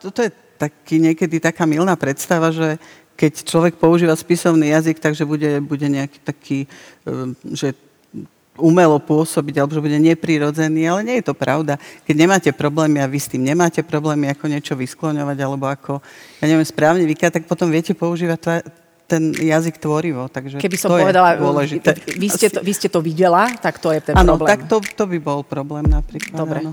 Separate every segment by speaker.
Speaker 1: toto je taký niekedy taká milná predstava, že keď človek používa spisovný jazyk, takže bude, bude nejaký taký, ehm, že umelo pôsobiť, alebo že bude neprirodzený, ale nie je to pravda. Keď nemáte problémy a vy s tým nemáte problémy, ako niečo vyskloňovať, alebo ako, ja neviem, správne vykať, tak potom viete používať tva, ten jazyk tvorivo. Takže
Speaker 2: Keby som
Speaker 1: No, to je
Speaker 3: e,
Speaker 2: povedala, ehm,
Speaker 1: dôležité.
Speaker 2: vy ste, to, vy ste to videla, tak to je ten
Speaker 1: Áno,
Speaker 2: problém.
Speaker 1: tak to, to by bol problém napríklad.
Speaker 2: Dobre.
Speaker 1: Áno.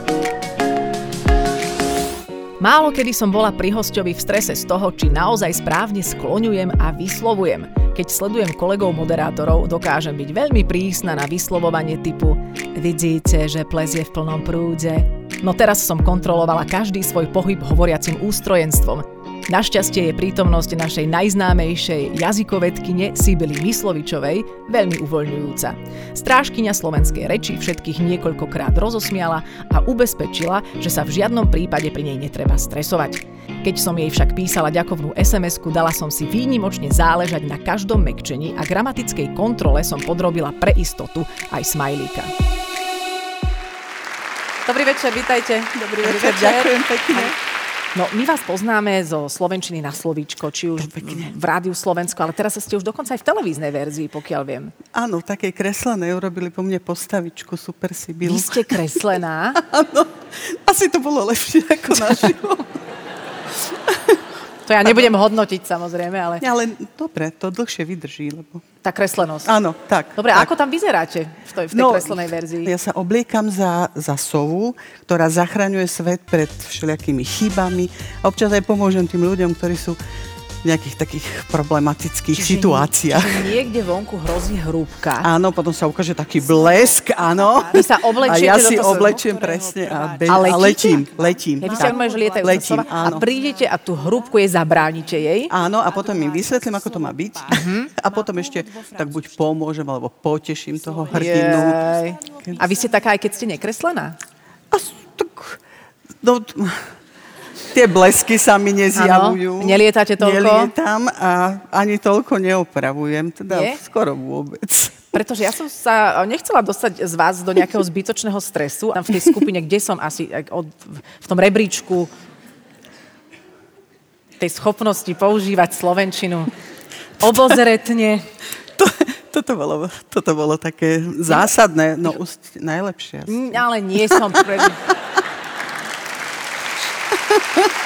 Speaker 3: Málo kedy som bola pri hostovi v strese z toho, či naozaj správne skloňujem a vyslovujem. Keď sledujem kolegov moderátorov, dokážem byť veľmi prísna na vyslovovanie typu Vidíte, že ples je v plnom prúde. No teraz som kontrolovala každý svoj pohyb hovoriacim ústrojenstvom. Našťastie je prítomnosť našej najznámejšej jazykovedkyne Sibily Myslovičovej veľmi uvoľňujúca. Strážkyňa slovenskej reči všetkých niekoľkokrát rozosmiala a ubezpečila, že sa v žiadnom prípade pri nej netreba stresovať. Keď som jej však písala ďakovnú SMS-ku, dala som si výnimočne záležať na každom mekčení a gramatickej kontrole som podrobila pre istotu aj smajlíka.
Speaker 2: Dobrý večer, vítajte. Dobrý,
Speaker 1: Večer, ďakujem pekne.
Speaker 2: No, my vás poznáme zo Slovenčiny na slovíčko, či už v Rádiu Slovensko, ale teraz ste už dokonca aj v televíznej verzii, pokiaľ viem.
Speaker 1: Áno, také kreslené urobili po mne postavičku Super Sibyl.
Speaker 2: Vy ste kreslená.
Speaker 1: Áno, asi to bolo lepšie ako naživo.
Speaker 2: To ja nebudem hodnotiť samozrejme, ale
Speaker 1: Ale dobre, to dlhšie vydrží, lebo...
Speaker 2: tá kreslenosť.
Speaker 1: Áno, tak.
Speaker 2: Dobre,
Speaker 1: tak. No,
Speaker 2: a ako tam vyzeráte v tej, v tej kreslenej verzii?
Speaker 1: Ja sa obliekam za, za sovu, ktorá zachraňuje svet pred všelijakými chybami. A občas aj pomôžem tým ľuďom, ktorí sú v nejakých takých problematických situáciách.
Speaker 2: Čiže niekde vonku hrozí hrúbka.
Speaker 1: Áno, potom sa ukáže taký blesk, áno.
Speaker 2: Vy sa
Speaker 1: A
Speaker 2: oblečiete
Speaker 1: ja
Speaker 2: do
Speaker 1: si
Speaker 2: toho-
Speaker 1: oblečiem presne a, be-
Speaker 2: A
Speaker 1: a,
Speaker 2: letíte?
Speaker 1: letím, letím.
Speaker 2: Ja by
Speaker 1: tak.
Speaker 2: som že lietajú
Speaker 1: letím,
Speaker 2: sova a
Speaker 1: áno.
Speaker 2: prídete a tú hrúbku jej zabránite jej.
Speaker 1: Áno, a potom im vysvetlím, ako to má byť.
Speaker 2: Mhm.
Speaker 1: A potom ešte tak buď pomôžem, alebo poteším toho hrdinu.
Speaker 2: Jej. A vy ste taká, aj keď ste nekreslená?
Speaker 1: A s- tak, no, t- tie blesky sa mi nezjavujú.
Speaker 2: Áno, nelietate toľko?
Speaker 1: Nelietam a ani toľko neopravujem, teda
Speaker 2: Nie?
Speaker 1: skoro vôbec.
Speaker 2: Pretože ja som sa eh, nechcela dostať z vás do nejakého zbytočného stresu. Tam v tej skupine, kde som asi tak od, v tom rebríčku tej schopnosti používať Slovenčinu obozretne.
Speaker 1: To, toto, bolo, toto bolo také zásadné, no ust- najlepšie. asi.
Speaker 2: Mm, Ale nie som pred...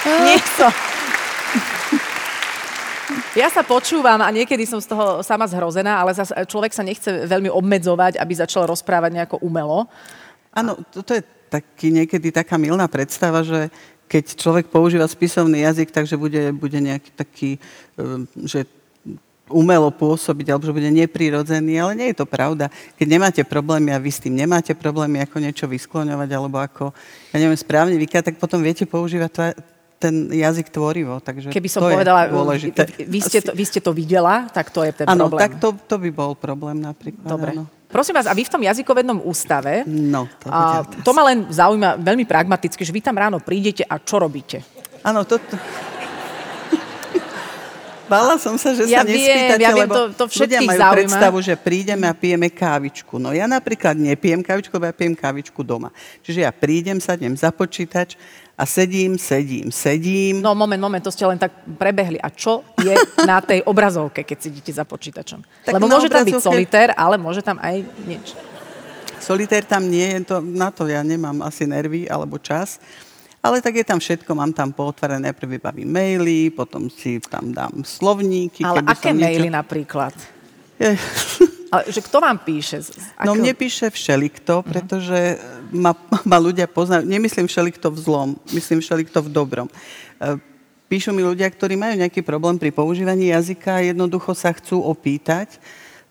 Speaker 2: nie som. Ja sa počúvam a niekedy som z toho sama zhrozená, ale zas eh, človek sa nechce veľmi obmedzovať, aby začal rozprávať nejako umelo.
Speaker 1: Áno, toto je taký, niekedy taká milná predstava, že keď človek používa spisovný jazyk, takže bude, bude nejaký taký, ehm, že umelo pôsobiť, alebo že bude neprirodzený, ale nie je to pravda. Keď nemáte problémy a vy s tým nemáte problémy, ako niečo vyskloňovať, alebo ako, ja neviem, správne vykať, tak potom viete používať tva, ten jazyk tvorivo. Takže
Speaker 2: Keby som
Speaker 1: No, to je
Speaker 2: povedala, e, mm,
Speaker 1: dôležité.
Speaker 2: vy ste, to, vy ste to videla, tak to je ten
Speaker 1: Áno,
Speaker 2: problém. No,
Speaker 1: tak to, to by bol problém napríklad.
Speaker 2: Dobre.
Speaker 1: Áno.
Speaker 2: Prosím vás, a vy v tom jazykovednom ústave,
Speaker 1: No, to bude
Speaker 2: a,
Speaker 1: otázka.
Speaker 2: to ma len zaujíma veľmi pragmaticky, že vy tam ráno prídete a čo robíte?
Speaker 1: Áno, to... to... Bála som sa, že
Speaker 2: Ja
Speaker 1: sa
Speaker 2: viem,
Speaker 1: nespýtate,
Speaker 2: ja viem,
Speaker 1: lebo
Speaker 2: to- to
Speaker 1: ľudia
Speaker 2: všetkých
Speaker 1: majú
Speaker 2: zaujíma.
Speaker 1: predstavu, že prídeme a pijeme kávičku. No ja napríklad nepijem kávičku, lebo ja pijem kávičku doma. Čiže ja prídem, sadnem za počítač a sedím, sedím, sedím.
Speaker 2: No moment, moment, to ste len tak prebehli. A čo je na tej obrazovke, keď sedíte za počítačom?
Speaker 1: Tak
Speaker 2: Lebo
Speaker 1: na
Speaker 2: môže tam byť
Speaker 1: obrazovke-
Speaker 2: solitér, ale môže tam aj niečo.
Speaker 1: Solitér tam nie je, to, na to ja nemám asi nervy alebo čas. Ale tak je tam všetko, mám tam pootvorené, prvý bavím maily, potom si tam dám slovníky.
Speaker 2: Ale
Speaker 1: keby som
Speaker 2: aké
Speaker 1: niečo-
Speaker 2: maily napríklad?
Speaker 1: Je-
Speaker 2: Ale že kto vám píše? Z- z
Speaker 1: No
Speaker 2: akého-
Speaker 1: mne píše všelikto, pretože ma, ma ľudia poznajú. Nemyslím všelikto v zlom, myslím všelikto v dobrom. E, Píšu mi ľudia, ktorí majú nejaký problém pri používaní jazyka a jednoducho sa chcú opýtať.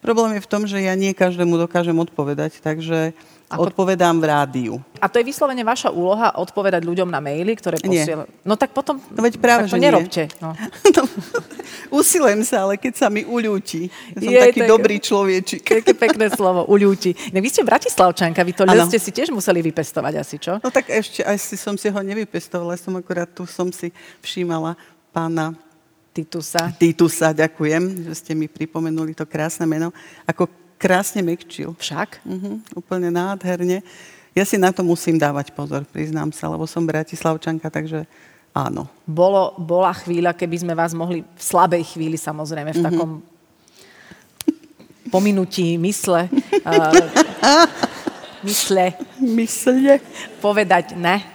Speaker 1: Problém je v tom, že ja nie každému dokážem odpovedať, takže
Speaker 2: Ako-
Speaker 1: odpovedám v rádiu.
Speaker 2: A to je vyslovene vaša úloha odpovedať ľuďom na maily, ktoré
Speaker 1: Nie.
Speaker 2: posielajú. No tak potom
Speaker 1: No veď práve,
Speaker 2: tak
Speaker 1: že
Speaker 2: to
Speaker 1: nie.
Speaker 2: nerobte. No.
Speaker 1: No, Usilujem sa, ale keď sa mi uľúti. Ja som
Speaker 2: Je
Speaker 1: taký
Speaker 2: tak-
Speaker 1: dobrý človečik.
Speaker 2: Také pekné slovo, uľúti. Ne, vy ste bratislavčanka, vy to
Speaker 1: Áno.
Speaker 2: les ste si tiež museli vypestovať asi, čo?
Speaker 1: No tak ešte asi som si ho nevypestovala, som akurát tu som si všímala pána
Speaker 2: Titusa.
Speaker 1: Titusa, ďakujem, že ste mi pripomenuli to krásne meno, ako krásne mekčil.
Speaker 2: Však?
Speaker 1: Mhm, úplne nádherne. Ja si na to musím dávať pozor, priznám sa, lebo som bratislavčanka, takže áno.
Speaker 2: Bolo, bola chvíľa, keby sme vás mohli v slabej chvíli samozrejme,
Speaker 1: Mhm.
Speaker 2: v takom pominutí mysle, uh, mysle
Speaker 1: Mysle.
Speaker 2: povedať ne.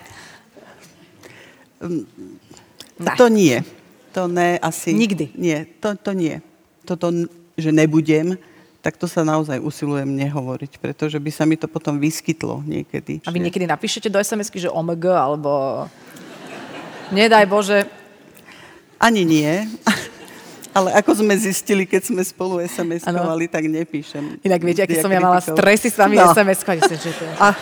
Speaker 2: Ne.
Speaker 1: Mm, To nie. To ne asi.
Speaker 2: Nikdy.
Speaker 1: Nie, to, to nie. Toto, n- že nebudem, tak to sa naozaj usilujem nehovoriť, pretože by sa mi to potom vyskytlo niekedy.
Speaker 2: A vy niekedy napíšete do SMS-ky, že OMG, alebo nedaj Bože,
Speaker 1: Ani nie. Ale ako sme zistili, keď sme spolu SMS-kovali, tak nepíšem.
Speaker 2: inak viete, aký som ja mala
Speaker 1: diakritikou.
Speaker 2: stresy s vami
Speaker 1: No.
Speaker 2: SMS-ko. A, že to je-
Speaker 1: A,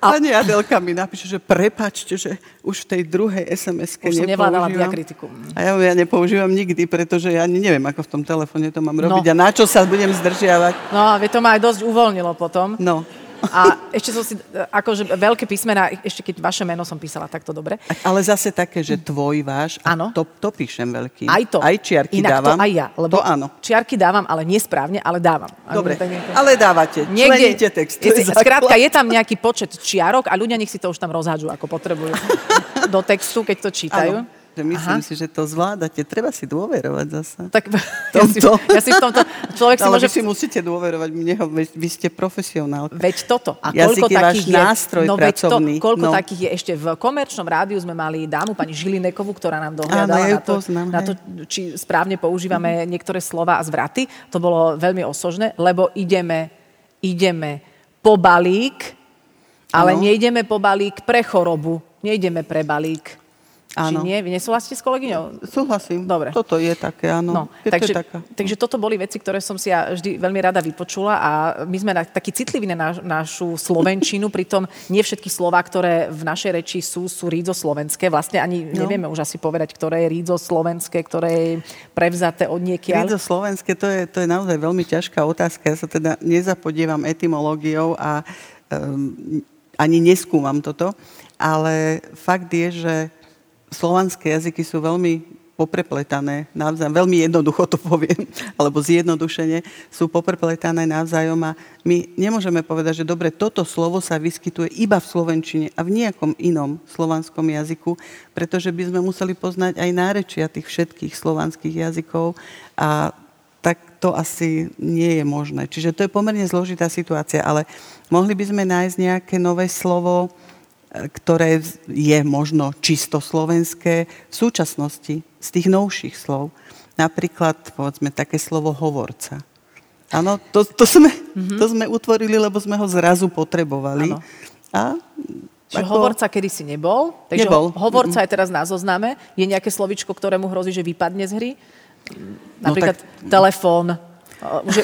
Speaker 1: Pani Adelka mi napíše, že prepačte, že už v tej druhej SMS-ke
Speaker 2: Už som nevládala
Speaker 1: nepoužívam.
Speaker 2: diakritiku.
Speaker 1: A ja, ja nepoužívam nikdy, pretože ja ani neviem, ako v tom telefóne to mám robiť
Speaker 2: No.
Speaker 1: a na čo sa budem zdržiavať.
Speaker 2: no a vie, to ma aj dosť uvoľnilo potom.
Speaker 1: No.
Speaker 2: A ešte som si, e, akože veľké písmená, ešte keď vaše meno som písala takto dobre.
Speaker 1: A- Ale zase také, že tvoj, váš, a
Speaker 2: Áno.
Speaker 1: to, to píšem veľkým.
Speaker 2: Aj to.
Speaker 1: Aj čiarky
Speaker 2: Inak
Speaker 1: dávam.
Speaker 2: to aj ja. Lebo
Speaker 1: To áno.
Speaker 2: Čiarky dávam, ale nesprávne, ale dávam.
Speaker 1: Dobre,
Speaker 2: Tak niekde-
Speaker 1: ale dávate, členíte text. to je
Speaker 2: je,
Speaker 1: základ.
Speaker 2: skrátka, je tam nejaký počet čiarok a ľudia nech si to už tam rozhádžu, ako potrebujú do textu, keď to čítajú.
Speaker 1: Áno, že myslím si, že to zvládate. Treba si dôverovať zasa.
Speaker 2: Tak ja si,
Speaker 1: Tomto.
Speaker 2: ja si v tomto... Človek si
Speaker 1: Ale
Speaker 2: môže...
Speaker 1: vy si musíte dôverovať mne, ho- veď vy ste profesionál.
Speaker 2: Veď toto. A
Speaker 1: Jazyk
Speaker 2: koľko
Speaker 1: je váš
Speaker 2: takých je,
Speaker 1: nástroj
Speaker 2: no veď
Speaker 1: pracovný,
Speaker 2: To, koľko
Speaker 1: no.
Speaker 2: takých je ešte v komerčnom rádiu sme mali dámu, pani Žilinekovú, ktorá nám dohľadala
Speaker 1: Áno, ja ju
Speaker 2: na, to,
Speaker 1: poznám,
Speaker 2: na
Speaker 1: hej.
Speaker 2: to, či správne používame niektoré slova a zvraty. To bolo veľmi osožné, lebo ideme, ideme po balík, ale
Speaker 1: Áno.
Speaker 2: nejdeme po balík pre chorobu, nejdeme pre balík.
Speaker 1: Áno.
Speaker 2: Či nie? Vy nesúhlasíte s kolegyňou?
Speaker 1: Súhlasím.
Speaker 2: Dobre.
Speaker 1: Toto je také, áno.
Speaker 2: No,
Speaker 1: Je to
Speaker 2: takže,
Speaker 1: je taká.
Speaker 2: takže toto boli veci, ktoré som si ja vždy veľmi rada vypočula a my sme na, takí citliví na náš, našu slovenčinu, pritom nie všetky slova, ktoré v našej reči sú, sú rídzo slovenské. Vlastne ani no. nevieme už asi povedať, ktoré je rídzo slovenské, ktoré je prevzaté od niekiaľ.
Speaker 1: Rídzo slovenské, to je, to je naozaj veľmi ťažká otázka. Ja sa teda nezapodievam etymológiou a um, ani neskúmam toto, ale fakt je, že slovanské jazyky sú veľmi poprepletané navzájom, veľmi jednoducho to poviem, alebo zjednodušene, sú poprepletané navzájom a my nemôžeme povedať, že dobre, toto slovo sa vyskytuje iba v slovenčine a v nejakom inom slovanskom jazyku, pretože by sme museli poznať aj nárečia tých všetkých slovanských jazykov a tak to asi nie je možné. Čiže to je pomerne zložitá situácia, ale mohli by sme nájsť nejaké nové slovo, e, ktoré z- je možno čisto slovenské v súčasnosti, z tých novších slov. Napríklad, povedzme, také slovo hovorca. Áno, to, to, sme, to sme utvorili, lebo sme ho zrazu potrebovali.
Speaker 2: Mhm. Áno.
Speaker 1: A
Speaker 2: Čiže hovorca kedysi nebol, takže
Speaker 1: Nebol.
Speaker 2: hovorca je teraz na zozname. Je nejaké slovičko, ktorému hrozí, že vypadne z hry?
Speaker 1: No
Speaker 2: Napríklad telefón, eh, že,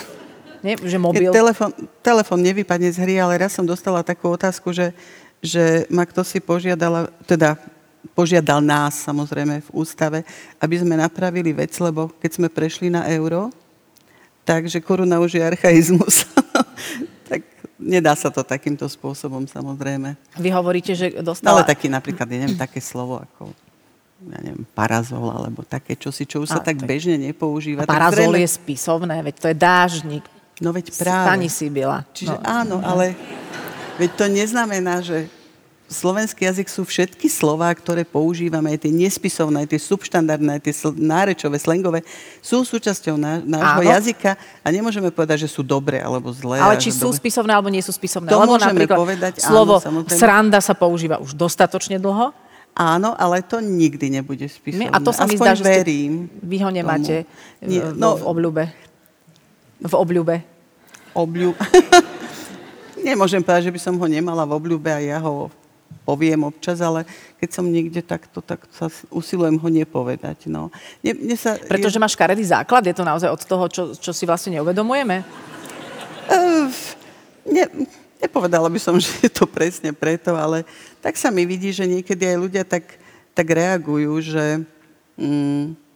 Speaker 2: nie, že mobil.
Speaker 1: Je Telefon, telefon nevypadne z hry, ale raz som dostala takú otázku, že, že ma kto si požiadala, teda požiadal nás samozrejme v ústave, aby sme napravili vec, lebo keď sme prešli na euro, takže koruna už je archaizmus. tak nedá sa to takýmto spôsobom samozrejme.
Speaker 2: Vy hovoríte, že
Speaker 1: No, ale
Speaker 2: dostala...
Speaker 1: taký napríklad, ja neviem, také slovo ako ja neviem, parazol alebo také čosi, čo už sa
Speaker 2: Ale
Speaker 1: tak
Speaker 2: tak-
Speaker 1: bežne nepoužíva.
Speaker 2: A
Speaker 1: Tak
Speaker 2: parazol
Speaker 1: zrejme-
Speaker 2: je spisovné, veď to je dážnik.
Speaker 1: No veď
Speaker 2: S-
Speaker 1: práve.
Speaker 2: Pani Sibila.
Speaker 1: Čiže no,
Speaker 2: no.
Speaker 1: áno, ale veď to neznamená, že slovenský jazyk sú všetky slová, ktoré používame, aj tie nespisovné, aj tie subštandardné, aj tie sl- nárečové, slangové, sú súčasťou ná- nášho
Speaker 2: Áno.
Speaker 1: jazyka a nemôžeme povedať, že sú dobré alebo zlé. a
Speaker 2: Ale či
Speaker 1: že
Speaker 2: sú
Speaker 1: dobre.
Speaker 2: spisovné alebo nie sú spisovné.
Speaker 1: To
Speaker 2: Lebo
Speaker 1: môžeme
Speaker 2: napríklad
Speaker 1: povedať, áno,
Speaker 2: slovo
Speaker 1: samozrejme.
Speaker 2: sranda sa používa už dostatočne dlho.
Speaker 1: Áno, ale to nikdy nebude
Speaker 2: My-
Speaker 1: spisovné.
Speaker 2: A to sa mi
Speaker 1: Aspoň
Speaker 2: zdá, že ste,
Speaker 1: verím
Speaker 2: vy ho nemáte
Speaker 1: tomu.
Speaker 2: Nie,
Speaker 1: Nie,
Speaker 2: no, v
Speaker 1: no,
Speaker 2: obľúbe. V obľúbe.
Speaker 1: obľú... Nemôžem povedať, že by som ho nemala v obľúbe a ja ho poviem občas, ale keď som niekde takto, tak sa usilujem ho nepovedať. No. Mne, mne sa,
Speaker 2: Pretože máš škaredý základ? Je to naozaj od toho, čo, čo si vlastne neuvedomujeme?
Speaker 1: Uh, ne, nepovedala by som, že je to presne preto, ale tak sa mi vidí, že niekedy aj ľudia tak, tak reagujú, že mm,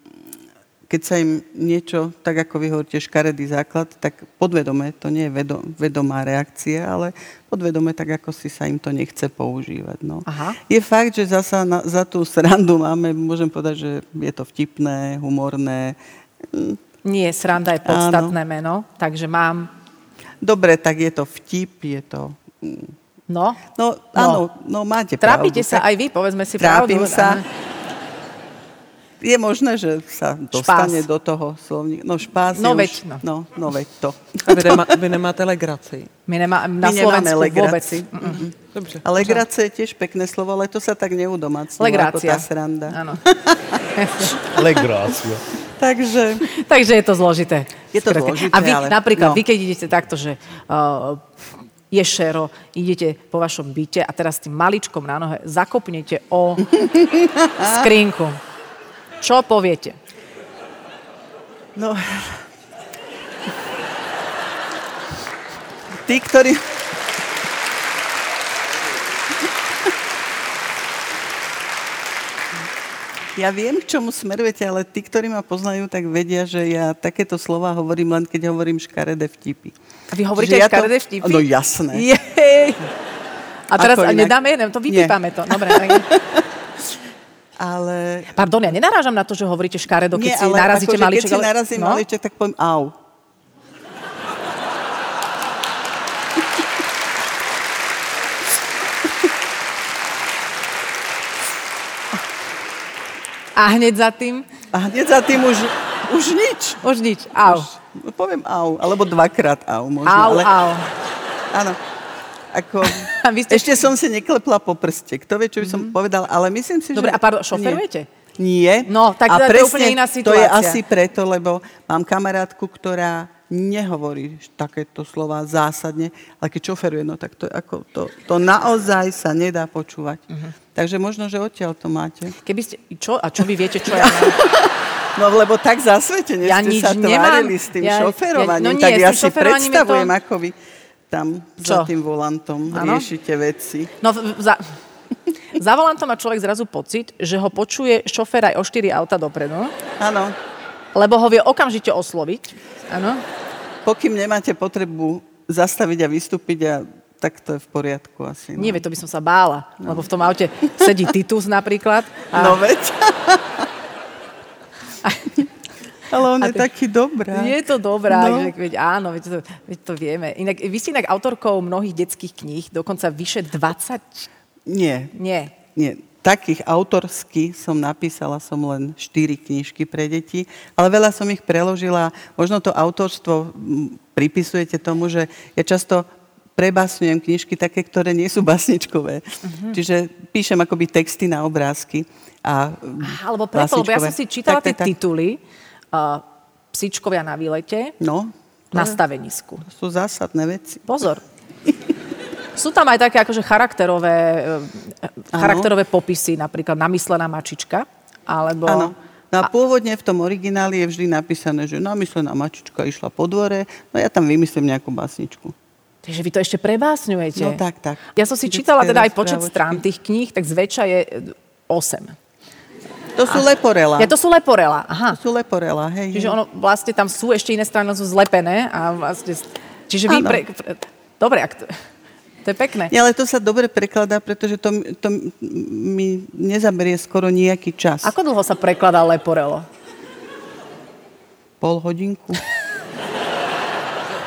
Speaker 1: keď sa im niečo, tak ako vy hovoríte, škaredý základ, tak podvedome, to nie je vedo, vedomá reakcia, ale podvedome tak, ako si sa im to nechce používať. No.
Speaker 2: Aha.
Speaker 1: Je fakt, že zasa na, za tú srandu máme, môžem povedať, že je to vtipné, humorné. Mm,
Speaker 2: Nie, sranda je podstatné Áno. meno, takže mám...
Speaker 1: Dobre, tak je to vtip, je to... mm,
Speaker 2: No,
Speaker 1: No, áno, no, máte
Speaker 2: trápite
Speaker 1: pravdu.
Speaker 2: sa
Speaker 1: Tak
Speaker 2: aj vy, povedzme si
Speaker 1: Trápim
Speaker 2: pravdu.
Speaker 1: sa. Je možné, že sa dostane do toho slovníka. No špás je
Speaker 2: No
Speaker 1: už-
Speaker 2: veď, no.
Speaker 1: no. no veď to.
Speaker 4: A vy, nemá, vy nemáte legraci.
Speaker 2: My nemá,
Speaker 1: My
Speaker 2: na
Speaker 1: nemáme
Speaker 2: Slovensku vôbec.
Speaker 1: legraci.
Speaker 2: Mm-mm.
Speaker 4: Dobře.
Speaker 1: Ale legrace je tiež pekné slovo, ale to sa tak neudomácnilo ako
Speaker 2: Legrácia.
Speaker 1: tá sranda.
Speaker 2: Áno.
Speaker 5: Legrácia.
Speaker 1: Takže
Speaker 2: Takže je to zložité.
Speaker 1: Je to
Speaker 2: Skrátka.
Speaker 1: zložité,
Speaker 2: A vy
Speaker 1: ale-
Speaker 2: napríklad,
Speaker 1: no.
Speaker 2: vy keď idete takto, že uh, je šero, idete po vašom byte a teraz tým maličkom na nohe zakopnete o skrinku. Čo poviete?
Speaker 1: No. Tí, ktorí... Ja viem, k čomu smerujete, ale tí, ktorí ma poznajú, tak vedia, že ja takéto slova hovorím len, keď hovorím škaredé vtipy.
Speaker 2: A vy hovoríte
Speaker 1: Čiže
Speaker 2: aj škaredé vtipy?
Speaker 1: No jasné.
Speaker 2: Jej. A teraz
Speaker 1: Ako
Speaker 2: a
Speaker 1: inak?
Speaker 2: nedáme jeden, to
Speaker 1: Nie.
Speaker 2: vypípame to. Dobre, tak-
Speaker 1: Ale
Speaker 2: Pardon, ja nenarážam na to, že hovoríte škaredo, keď si narazíte
Speaker 1: akože,
Speaker 2: maliček.
Speaker 1: Keď si
Speaker 2: ale-
Speaker 1: narazím
Speaker 2: no?
Speaker 1: maliček, tak poviem au.
Speaker 2: A hneď za tým
Speaker 1: A hneď za tým už, už nič.
Speaker 2: už nič. Au.
Speaker 1: Už, poviem au, alebo dvakrát au možno.
Speaker 2: Au,
Speaker 1: ale,
Speaker 2: au.
Speaker 1: Áno. Ako,
Speaker 2: A vy ste-
Speaker 1: Ešte som si neklepla po prste. Kto vie, čo by som povedala, ale myslím si,
Speaker 2: Mhm. Dobre,
Speaker 1: že...
Speaker 2: a pardon, šoferujete?
Speaker 1: Nie. Nie.
Speaker 2: No, tak
Speaker 1: a
Speaker 2: to je
Speaker 1: presne,
Speaker 2: úplne iná
Speaker 1: To je
Speaker 2: situácia.
Speaker 1: asi preto, lebo mám kamarátku, ktorá nehovorí takéto slova zásadne, ale keď šoferuje, no tak to, je ako, to, to naozaj sa nedá počúvať.
Speaker 2: Mhm.
Speaker 1: Takže možno, že odtiaľ to máte.
Speaker 2: Keby ste, čo? A čo vy viete, čo ja mám?
Speaker 1: No lebo tak zasvetene
Speaker 2: Ja
Speaker 1: ste
Speaker 2: nič
Speaker 1: sa
Speaker 2: nemám.
Speaker 1: tvárili s tým
Speaker 2: Ja- ja-
Speaker 1: šoferovaním,
Speaker 2: no nie,
Speaker 1: tak
Speaker 2: s
Speaker 1: ja
Speaker 2: tým
Speaker 1: si
Speaker 2: šoferovaním je to-
Speaker 1: predstavujem, ako vy tam
Speaker 2: Čo?
Speaker 1: za tým volantom
Speaker 2: Áno.
Speaker 1: riešite veci.
Speaker 2: No, v- v- za, za volantom má človek zrazu pocit, že ho počuje šofér aj o 4 auta dopredu,
Speaker 1: Áno,
Speaker 2: lebo ho vie okamžite osloviť. Áno.
Speaker 1: pokým nemáte potrebu zastaviť a vystúpiť, a, tak to je v poriadku asi. No,
Speaker 2: Nie, veď to by som sa bála, lebo v tom aute sedí Titus napríklad.
Speaker 1: no
Speaker 2: A,
Speaker 1: veď. Ale on
Speaker 2: A
Speaker 1: je
Speaker 2: ty-
Speaker 1: taký dobrá.
Speaker 2: Je to dobrá,
Speaker 1: No.
Speaker 2: no. že, veď áno, veď to, veď to vieme. Inak, vy ste inak autorkou mnohých detských kníh, dokonca vyše 20,
Speaker 1: Nie,
Speaker 2: nie,
Speaker 1: nie. Takých autorsky som napísala som len 4 knižky pre deti, ale veľa som ich preložila. Možno to autorstvo m, pripisujete tomu, že ja často prebasňujem knižky také, ktoré nie sú basničkové.
Speaker 2: Mhm.
Speaker 1: Čiže píšem akoby texty na obrázky. A, m,
Speaker 2: Aha, lebo preto, lebo ja
Speaker 1: básničkové.
Speaker 2: som si čítala
Speaker 1: Tak, tak,
Speaker 2: tie
Speaker 1: tak.
Speaker 2: tituly uh, Psičkovia na výlete
Speaker 1: No,
Speaker 2: na stavenisku.
Speaker 1: to sú zásadné veci.
Speaker 2: Pozor. Sú tam aj také akože charakterové, eh, charakterové popisy, napríklad namyslená mačička, alebo...
Speaker 1: Áno. No a pôvodne v tom origináli je vždy napísané, že namyslená mačička išla po dvore, no ja tam vymyslím nejakú básničku.
Speaker 2: Takže vy to ešte prebásňujete.
Speaker 1: No tak, tak.
Speaker 2: Ja som si
Speaker 1: Detské
Speaker 2: čítala teda aj počet
Speaker 1: rozprávočky.
Speaker 2: strán tých kníh, tak zväčša je eh, 8.
Speaker 1: To sú leporela.
Speaker 2: Ja, to sú leporela, aha.
Speaker 1: To sú leporela, hej.
Speaker 2: Čiže
Speaker 1: hej.
Speaker 2: ono, vlastne tam sú ešte iné strany, len sú zlepené a vlastne... Čiže vy...
Speaker 1: Áno.
Speaker 2: Pre, pre, dobre, ak to, to je pekné.
Speaker 1: Nie, ale to sa dobre prekladá, pretože to, m- to m- mi nezaberie skoro nejaký čas.
Speaker 2: Ako dlho sa prekladá Leporelo?
Speaker 1: Pol hodinku.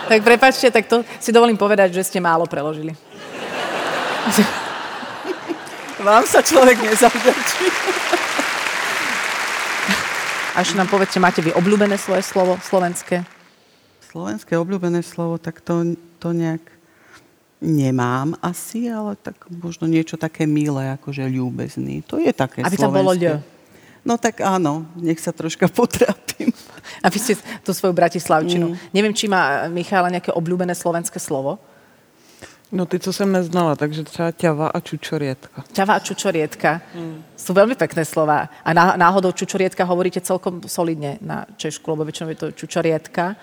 Speaker 2: Tak prepačte, tak to si dovolím povedať, že ste málo preložili.
Speaker 1: Vám sa človek nezavďačí.
Speaker 2: A ešte nám povedzte, máte vy obľúbené svoje slovo slovenské?
Speaker 1: Slovenské obľúbené slovo, tak to, to nejak nemám asi, ale tak možno niečo také milé, akože ľúbezný. To je také
Speaker 2: Aby tam bolo
Speaker 1: slovenské.
Speaker 2: ľ.
Speaker 1: No tak áno, nech sa troška potrápim.
Speaker 2: A vy ste Mm. tú svoju bratislavčinu. Neviem, či má Michála nejaké obľúbené slovenské slovo.
Speaker 4: No ty, co jsem neznala, takže třeba ťava a čučorietka.
Speaker 2: Ťava a čučorietka sú veľmi pekné slova. A ná- náhodou čučorietka hovoríte celkom solidne na Češku, lebo väčšinou je to čučorietka.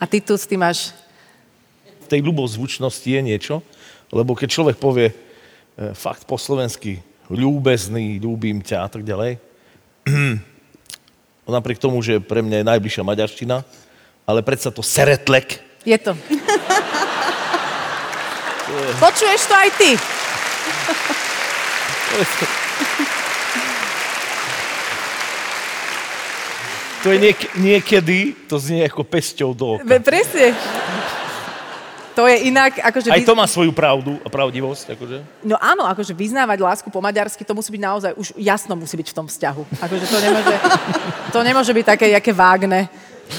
Speaker 2: A ty tu s tým máš...
Speaker 5: v tej ľubozvučnosti je niečo, lebo keď človek povie e, fakt po slovensky ľúbezný, ľúbim ťa a tak ďalej, napriek tomu, že pre mňa je najbližšia maďarština, ale predsa to seretlek,
Speaker 2: Je to. Počuješ to aj ty.
Speaker 5: to je niek- niekedy, to znie ako pesťou do oka.
Speaker 2: Ve- Presne. To je inak, akože...
Speaker 5: Aj
Speaker 2: vy-
Speaker 5: to má svoju pravdu a pravdivosť, akože.
Speaker 2: No áno, akože vyznávať lásku po maďarsky, to musí byť naozaj, už jasno musí byť v tom vzťahu. Akože to nemôže, to nemôže byť také, jaké vágne.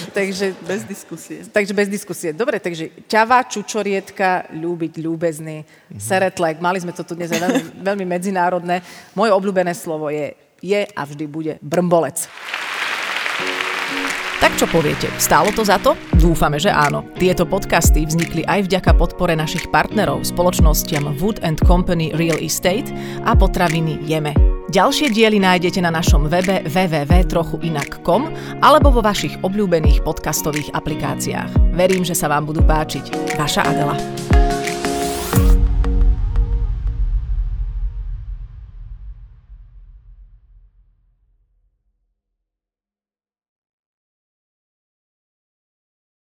Speaker 2: Takže
Speaker 1: Bez diskusie.
Speaker 2: Takže bez diskusie. Dobre, takže ťava, čučorietka, ľúbiť, ľúbezný, seretlek. Mali sme to tu dnes aj veľmi, veľmi medzinárodné. Moje obľúbené slovo je je a vždy bude brmbolec.
Speaker 3: Tak čo poviete, stálo to za to? Dúfame, že áno. Tieto podcasty vznikli aj vďaka podpore našich partnerov, spoločnostiam Wood and Company Real Estate a potraviny Jeme. Ďalšie diely nájdete na našom webe www.trochuinak.com alebo vo vašich obľúbených podcastových aplikáciách. Verím, že sa vám budú páčiť. Vaša Adela.